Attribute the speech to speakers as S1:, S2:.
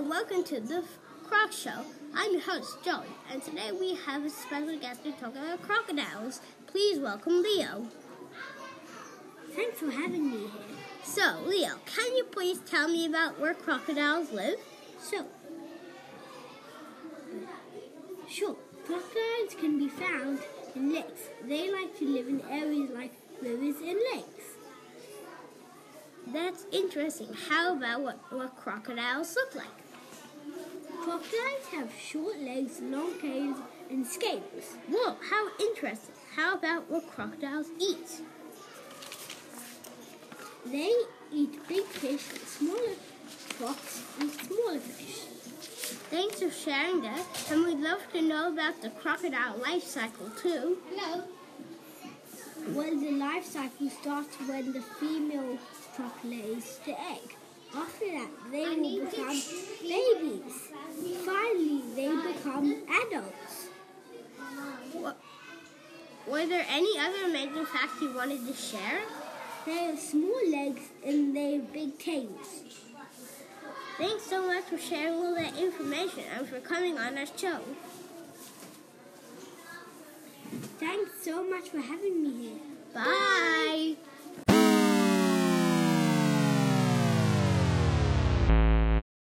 S1: welcome to the Croc Show. I'm your host, Joey, and today we have a special guest to talk about crocodiles. Please welcome Leo.
S2: Thanks for having me here.
S1: So, Leo, can you please tell me about where crocodiles live?
S2: So, sure, crocodiles can be found in lakes. They like to live in areas like rivers and lakes.
S1: That's interesting. How about what, what crocodiles look like?
S2: Crocodiles have short legs, long tails, and scales.
S1: Whoa, how interesting. How about what crocodiles eat?
S2: They eat big fish, smaller frogs, and smaller fish.
S1: Thanks for sharing that, and we'd love to know about the crocodile life cycle too.
S2: Hello. Well, the life cycle starts when the female frog lays the egg. After that, they will become babies. Finally, they become adults.
S1: Were there any other amazing facts you wanted to share?
S2: They have small legs and they have big tails.
S1: Thanks so much for sharing all that information and for coming on our show.
S2: Thanks so much for having me here.
S1: Bye.